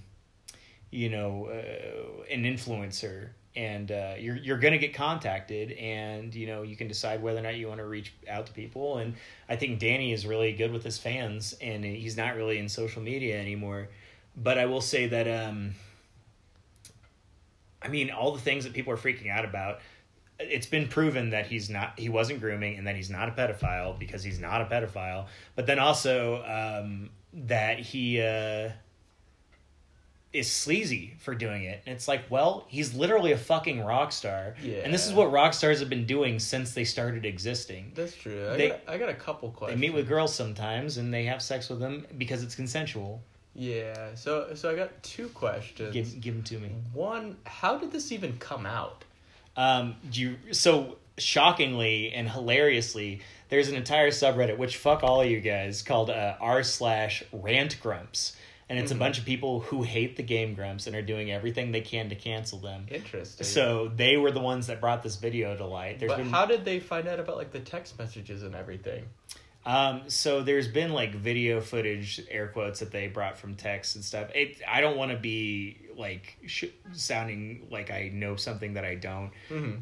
you know, uh, an influencer. And uh, you're you're gonna get contacted, and you know you can decide whether or not you want to reach out to people. And I think Danny is really good with his fans, and he's not really in social media anymore. But I will say that um, I mean, all the things that people are freaking out about. It's been proven that he's not, he wasn't grooming, and that he's not a pedophile because he's not a pedophile. But then also um, that he uh, is sleazy for doing it, and it's like, well, he's literally a fucking rock star, and this is
Yeah.
what rock stars have been doing since they started existing.
That's true. I,
They-
got, I got a couple
They
questions.
meet with girls sometimes, and they have sex with them because it's consensual.
yeah. So so I got two questions.
Give give them to me.
One, how did this even come out?
Um, do you so shockingly and hilariously, there's an entire subreddit which fuck all you guys called uh, r slash rant grumps, and
Hmm.
it's a bunch of people who hate the game grumps and are doing everything they can to cancel them.
Interesting.
So they were the ones that brought this video to light. There's
but
been
how did they find out about like the text messages and everything?
Um, so there's been like video footage, air quotes that they brought from text and stuff. It, I don't want to be like sh- sounding like I know something that I don't.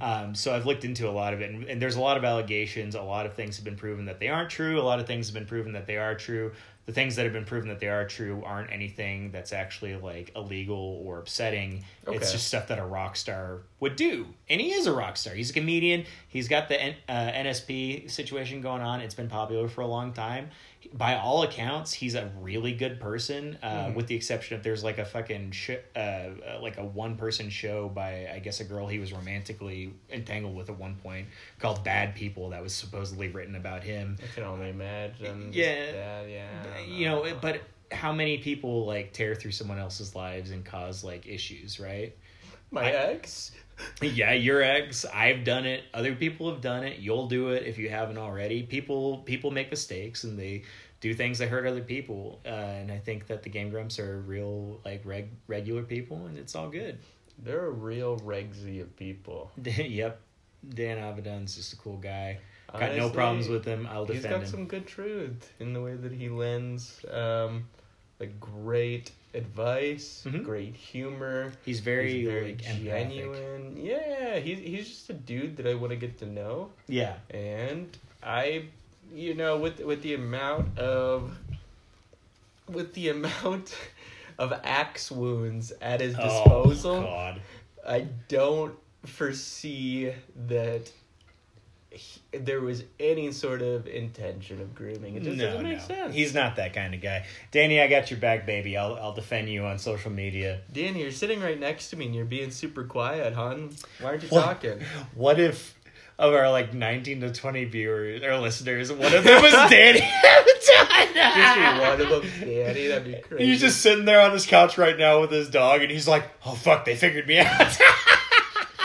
Um, so I've looked into a lot of it, and, and there's a lot of allegations. A lot of things have been proven that they aren't true. A lot of things have been proven that they are true. The things that have been proven that they are true aren't anything that's actually like illegal or upsetting.
Okay.
It's just stuff that a rock star would do. And he is a rock star. He's a comedian. He's got the N- uh, NSP situation going on. It's been popular for a long time. By all accounts, he's a really good person, uh, with the exception of there's like a fucking sh- uh, uh, like a one person show by I guess a girl he was romantically entangled with at one point called Bad People that was supposedly written about him.
I can only imagine.
Yeah.
That, yeah. I don't
You know, it- but how many people like tear through someone else's lives and cause like issues, right?
my ex.
*laughs* yeah your ex i've done it other people have done it you'll do it if you haven't already people people make mistakes and they do things that hurt other people uh, and i think that the game grumps are real like reg- regular people and it's all good *laughs*
They're a real regsy of people.
yep dan avedon's just a cool guy got no
Honestly,
problems with him i'll
He's
defend
got
him
some good truth in the way that he lends um, like great advice,
Mhm.
great humor.
He's very,
He's very
like empathic.
genuine. Yeah, he's he's just a dude that I want to get to know,
Yeah.
and I, you know, with with the amount of, with the amount *laughs* of axe wounds at his disposal,
Oh, God.
I don't foresee that he- there was any sort of intention of grooming. It just doesn't make sense.
He's not that kind of guy. Danny, I got your back, baby. I'll I'll defend you on social media.
Danny, you're sitting right next to me and you're being super quiet, hon. Why aren't you
What?
talking?
What if of our like nineteen to twenty viewers or listeners, what if it was
*laughs*
Danny
Just
*laughs*
be
Avatar?
one of them, Danny. That'd be
*laughs*
crazy.
He's just sitting there on his couch right now with his dog, and he's like, "Oh fuck, they figured me out." *laughs*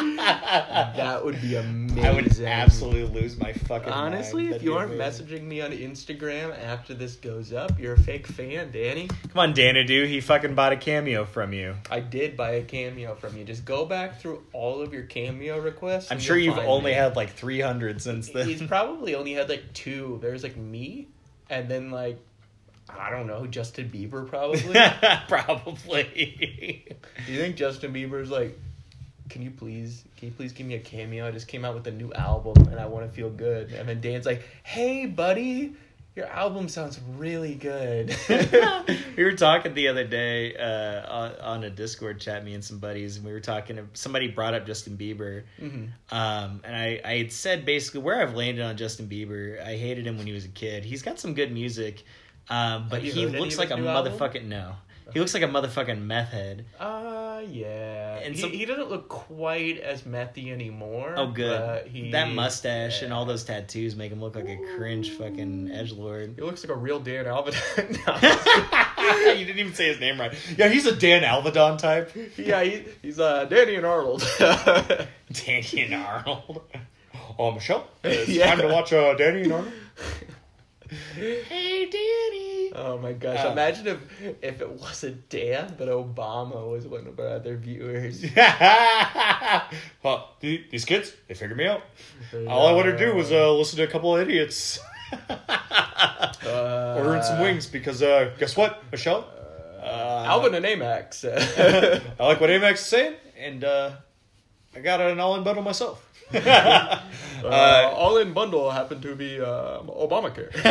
that would be amazing.
I would absolutely lose my fucking. mind.
Honestly, if
That'd
you
be
aren't
amazing.
messaging me on Instagram after this goes up, you're a fake fan, Danny.
come on, Danadu, he fucking bought a cameo from you.
I did buy a cameo from you. Just go back through all of your cameo requests.
I'm
and
sure
you'll
you've
find
only
me.
had like 300 since *laughs* then.
He's probably only had like two. There's like me, and then like I don't know, Justin Bieber
*laughs*
probably.
probably.
Do you think Justin Bieber's like, can you please, can you please give me a cameo? I just came out with a new album and I want to feel good. And then Dan's like, hey buddy, your album sounds really good. *laughs*
*laughs*
Mm-hmm.
we were talking the other day uh, on, on a Discord chat, me and some buddies, and we were talking. Somebody brought up Justin Bieber, um, and I, I had said basically where I've landed on Justin Bieber. I hated him when he was a kid. He's got some good music, um,
Have
but
you
he
heard any
looks
of
like a
his new album?
motherfucking no. He looks like a motherfucking meth head.
uh, yeah.
And
And he,
some-
he doesn't look quite as methy anymore.
Oh, good.
but Uh, he-
that mustache and
yeah.
all those tattoos make him look like a cringe fucking edge lord.
He looks like a real Dan Alvin. *laughs*
*laughs* you didn't even say his name right. Yeah, he's a Dan Alvedon
*laughs*
type.
yeah, he, he's uh, Danny and Arnold. *laughs*
Danny and Arnold.
*laughs*
Oh, Michelle,
it's Yeah. time to
watch uh, Danny and Arnold. hey, Danny. *laughs*
Oh my gosh!
Uh,
Imagine if if it wasn't Dan, but Obama was one of our other
*laughs*
viewers.
well, the- these kids, they figured me out.
All I
wanted to do was uh, listen to a couple of idiots *laughs*
uh,
ordering some wings because uh, guess what, Michelle? Uh,
Alvin and *laughs* Uh, Amax.
*laughs* I like what Amex is saying, and uh, I got an all-in bundle myself. *laughs*
uh, all in bundle happened to be um, Obamacare. *laughs*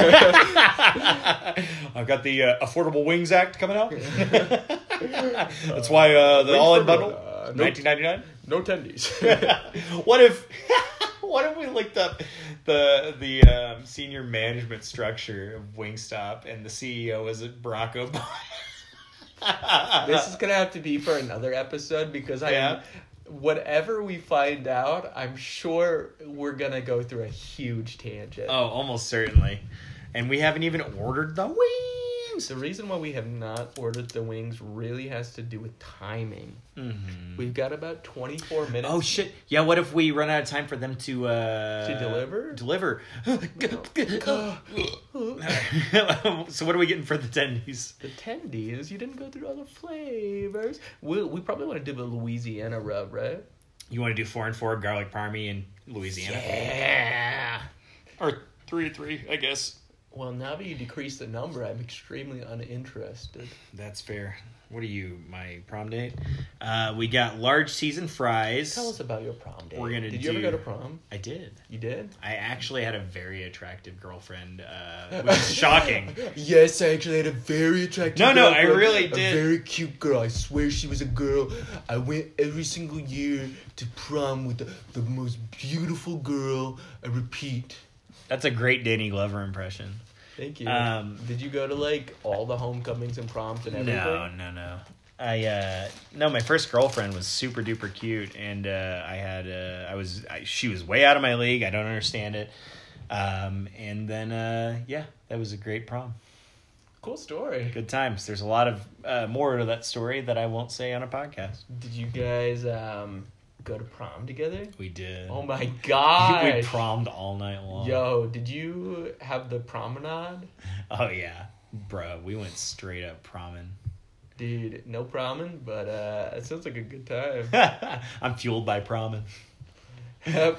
I've got the uh, Affordable Wings Act coming out. *laughs* That's why uh, the
Wings
all in
for
bundle,
Rona. Nope.
nineteen ninety nine.
no tendies.
*laughs* What if, *laughs* what if we looked up the the um, senior management structure of Wingstop and the CEO is Barack *laughs* Obama?
this is gonna have to be for another episode because I.
Yeah.
Whatever we find out, I'm sure we're gonna go through a huge tangent.
oh, almost certainly, and we haven't even ordered the wings.
The reason why we have not ordered the wings really has to do with timing.
Mm-hmm.
We've got about 24 minutes.
Mm.
*laughs*
Oh shit! Yeah, what if we run out of time for them to uh,
To deliver? Oh.
Deliver. *laughs*
the
so what are we getting for the tendies?
tendies, you didn't go through all the flavors. We, we probably want to do the Louisiana rub, right?
You want to do four and four garlic parmy in Louisiana,
Yeah.
or three and three? I guess
Well, now that you decrease the number, I'm extremely uninterested.
that's fair. What are you, my prom date? Uh, we got large season fries.
Tell us about your prom date.
We're gonna
did you ever
do-
go to prom?
I did.
You did?
I actually had a very attractive
*laughs*
girlfriend, uh, which is shocking.
Yes, I actually had a very attractive.
No, no, I
girlfriend,
really
a
did.
very cute girl. I swear she was a girl. I went every single year to prom with the, the most beautiful girl. I repeat.
That's a great Danny Glover impression.
Thank you.
Um,
Did you go to like all the homecomings and proms and everything?
No, no, no. I uh no, my first girlfriend was super duper cute, and uh, I had uh, I was I, she was way out of my league. I don't understand it. Um, and then uh, yeah, that was a great prom.
Cool story.
Good times. There's a lot of uh, more to that story that I won't say on a podcast.
Did you guys um go to prom together?
We did.
Oh my
We,
god.
prommed all night long.
Yo, did you have the promenade?
Oh yeah, bro. We went straight up promming. *laughs*
Dude, no promen, but uh it sounds like a good time.
I'm fueled by promming. *laughs*
Yep.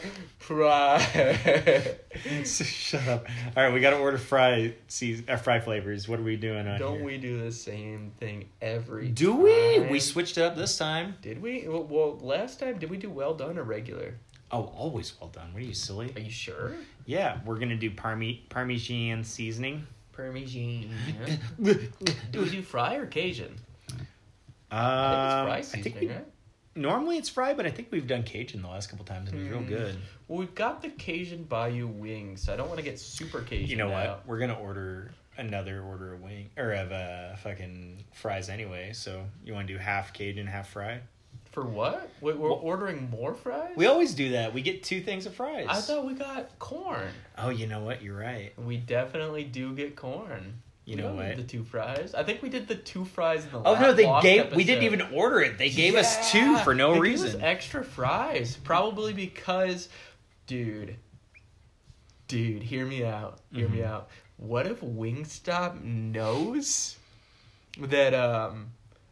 Fry.
Shut up. All right, we got to order fry seas- uh, fry flavors. What are we doing on
Don't
here?
we do the same thing every
Do we?
time?
We switched it up this time.
Did we? Well, well, last time, did we do well done or regular?
Oh, always well done. What are you silly?
Are you sure?
Yeah, we're gonna do parme- Parmesan *laughs* seasoning.
Parmesan.
Um,
yeah. do we do fry or Cajun?
Uh,
I
I
think it's fry
think
seasoning,
we,
right?
normally it's fry, but I think we've done Cajun the last couple times and it was real
Mm.
good.
Well, we've got the Cajun Bayou wings. So I don't want to get super Cajun.
You know
now.
what? We're gonna order another order of wing or of uh fucking fries anyway. So you want to do half Cajun, half fry?
For what? Wait, we're
Well-
ordering more fries?
We always do that. We get two things of fries.
I thought we got corn.
oh, you know what? You're right.
We definitely do get corn.
You
We
know
don't
what?
need The two fries. I think we did the two fries in the
Oh
la-
no, they
last
gave. We didn't
episode.
even order it. They gave us two
Yeah,
for no
they gave us e-
reason.
extra fries, probably because, dude, dude, hear me out. Hear me
Mm-hmm.
out. What if Wingstop knows that? um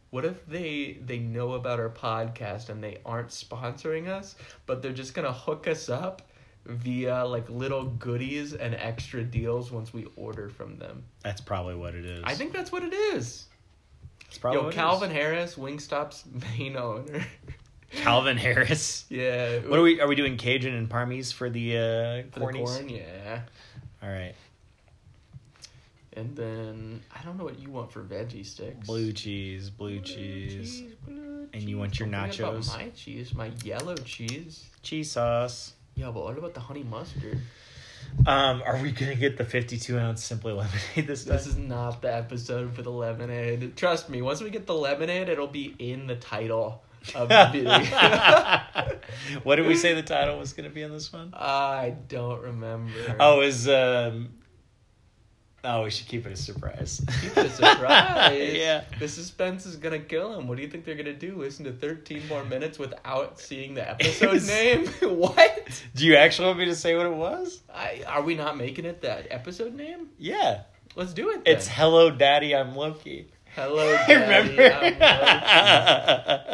What if they they know about our podcast and they aren't sponsoring us, but they're just gonna hook us up via like little goodies and extra deals once we order from them.
That's probably what it is.
I think that's what it is.
it's probably
Yo,
what it
Calvin
is.
Harris, Wingstop's main owner. *laughs*
Calvin Harris.
Yeah.
What are we? Are we doing Cajun and Parmes for the uh,
for the
cornies?
corn? Yeah.
All right,
And then I don't know what you want for veggie sticks.
blue cheese, blue cheese, And you want your
Don't forget about
nachos.
my cheese, my yellow cheese.
cheese sauce.
Yeah, but what about the honey mustard?
Um, are we gonna get the fifty-two ounce simply lemonade this time?
This is not the episode for the lemonade. Trust me, once we get the lemonade, it'll be in the title of *laughs* the video.
*laughs*
*laughs*
what did we say the title was gonna be on this one?
I don't remember.
Oh, is um. Oh, we should keep it a surprise.
Keep it a *laughs* surprise.
*laughs* yeah.
The suspense is gonna kill him. What do you think they're gonna do? Listen to 13 more minutes without seeing the episode *laughs*
was-
name? what?
Do you actually want me to say what it was?
I, are we not making it that episode name?
Yeah.
Let's do it. Then.
It's Hello Daddy, I'm Loki.
*laughs* hello.
I
Daddy,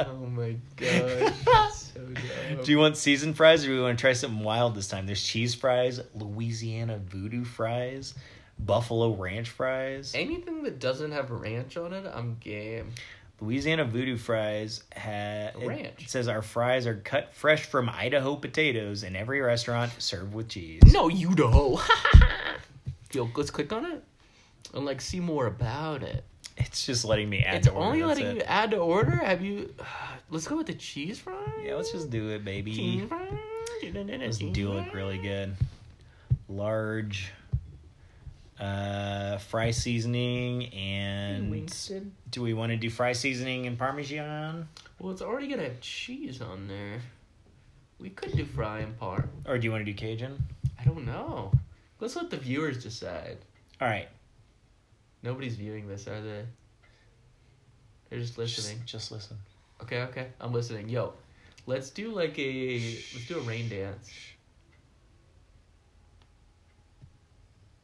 *laughs* I'm
remember.
Loki. oh my *laughs* gosh. so dumb.
do you want seasoned fries or do we want to try something wild this time? There's cheese fries, Louisiana voodoo fries, buffalo ranch fries.
Anything that doesn't have ranch on it, I'm game.
Louisiana voodoo fries ha- it
Ranch.
says our fries are cut fresh from Idaho potatoes in every restaurant served with cheese.
No, you don't. *laughs* Yo, let's click on it and like see more about it.
It's just letting me add
It's
to order,
only
that's
letting you
it.
add to order. Have you? *sighs* Let's go with the cheese fries.
Yeah, let's just do it, baby.
Cheese fries.
Those do look really good. Large uh fry seasoning and
Winston.
do we want to do fry seasoning and parmesan
Well, it's already gonna have cheese on there. We could do fry and par.
or do you want to do cajun
I don't know. Let's let the viewers decide.
all right
Nobody's viewing this, are they? They're just
just,
listening.
just listen
Okay, okay, I'm listening. Yo, let's do like a let's do a rain dance.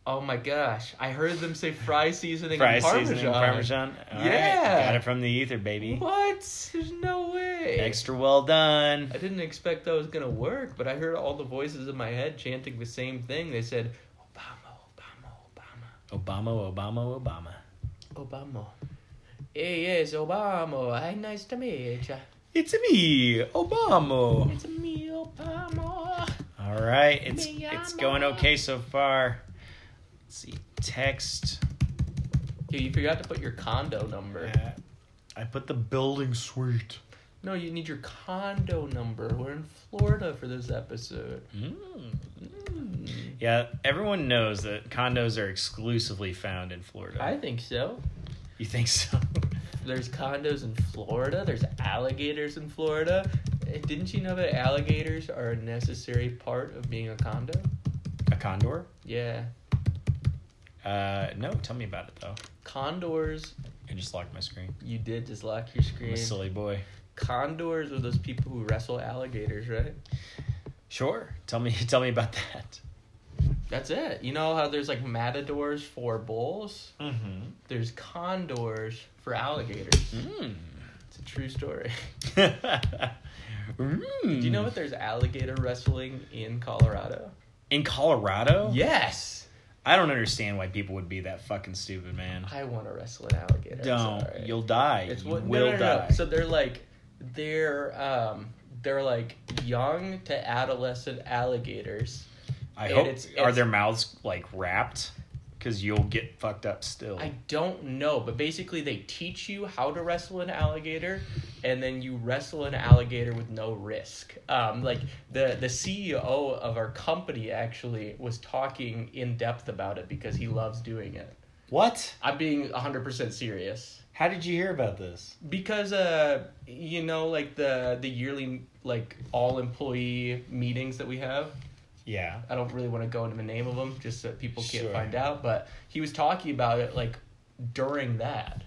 Oh my gosh! I heard them say fry seasoning
fry
and parmesan.
seasoning and parmesan All right,
Yeah.
got it from the ether baby
What? There's no way.
extra well done
I didn't expect that was gonna work, but I heard all the voices in my head chanting the same thing. They said, "Obama, Obama,
obama obama obama
Obama, Obama." Hey, yes, Obama. Hi, nice to meet ya.
it's me obama
It's me, Obama.
all right it's
Me,
it's
I'm
going
Obama.
okay so far let's see text
Yo, you forgot to put your condo number.
Uh, I put the building suite.
No, you need your condo number. We're in Florida for this episode. Mm,
Yeah, everyone knows that condos are exclusively found in Florida.
I think so.
you think so? *laughs*
There's condos in Florida. There's alligators in Florida. Eh, Didn't you know that alligators are a necessary part of being a condo?
A condor?
Yeah.
Uh, no. Tell me about it though.
Condors,
I just locked my screen.
you did just lock your
I'm a
screen.
silly boy.
Condors are those people who wrestle alligators, right?
Sure. Tell me. *laughs* Tell me about that.
That's it. You know how there's like matadors for bulls?
Mm-hmm.
There's condors for alligators.
Mm. *laughs*
It's a true story. *laughs*
Mm.
Do
Hmm.
you know what there's alligator wrestling in Colorado?
In Colorado?
Yes.
I don't understand why people would be that fucking stupid, man.
I want to wrestle an alligator. I'm
Don't.
sorry.
You'll die.
It's
you
what
will
no, no, no, no.
die.
So they're like they're um they're like young to adolescent alligators.
I
and
hope.
it's-
are
it's-
their mouths like wrapped? Because you'll get fucked up still.
I don't know, but basically they teach you how to wrestle an alligator, and then you wrestle an alligator with no risk. Um, like the the CEO of our company actually was talking in depth about it because he loves doing it.
what?
I'm being 100% serious.
How did you hear about this?
because uh you know like the the yearly like all employee meetings that we have
Yeah.
i don't really want to go into the name of them just so that people can't
Sure.
find out but he was talking about it like during that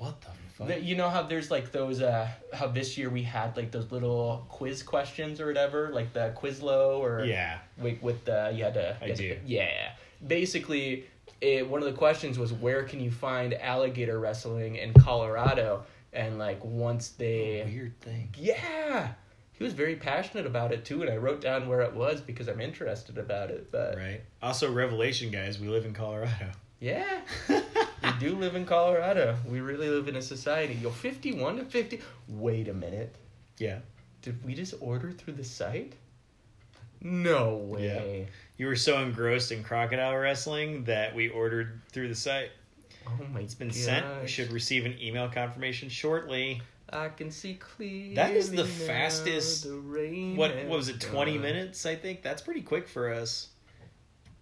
What the fuck?
That- you know how there's like those uh how this year we had like those little quiz questions or whatever like the quizlo or
yeah.
with, with the you had to
I do.
yeah basically it, one of the questions was where can you find alligator wrestling in colorado and like once they
Weird thing.
yeah he was very passionate about it too and i wrote down where it was because i'm interested about it but
Right. Also, revelation, guys. We live in Colorado. *laughs*
yeah we do live in colorado we really live in a society yo 51 to 50 wait a minute
yeah.
did we just order through the site no way
You were so engrossed in crocodile wrestling that we ordered through the site.
oh my
It's been sent. We should receive an email confirmation shortly.
I can see clearly.
That is the
now
fastest-
the rain
What,
has
what was it, 20
gone.
minutes, I think? That's pretty quick for us.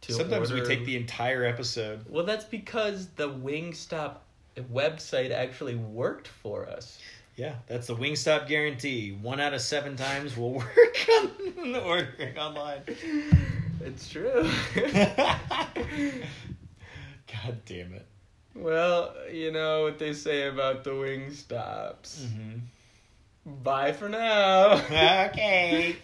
To
Sometimes
order-
we take the entire episode.
Well, that's because the Wingstop website actually worked for
*laughs*
us.
Yeah, that's the Wingstop guarantee. One out of seven times will *laughs* work on the ordering online.
It's
*laughs*
true.
God damn it.
well, you know what they say about the
Mm-hmm. *laughs*
Wingstops. Bye for now.
Okay.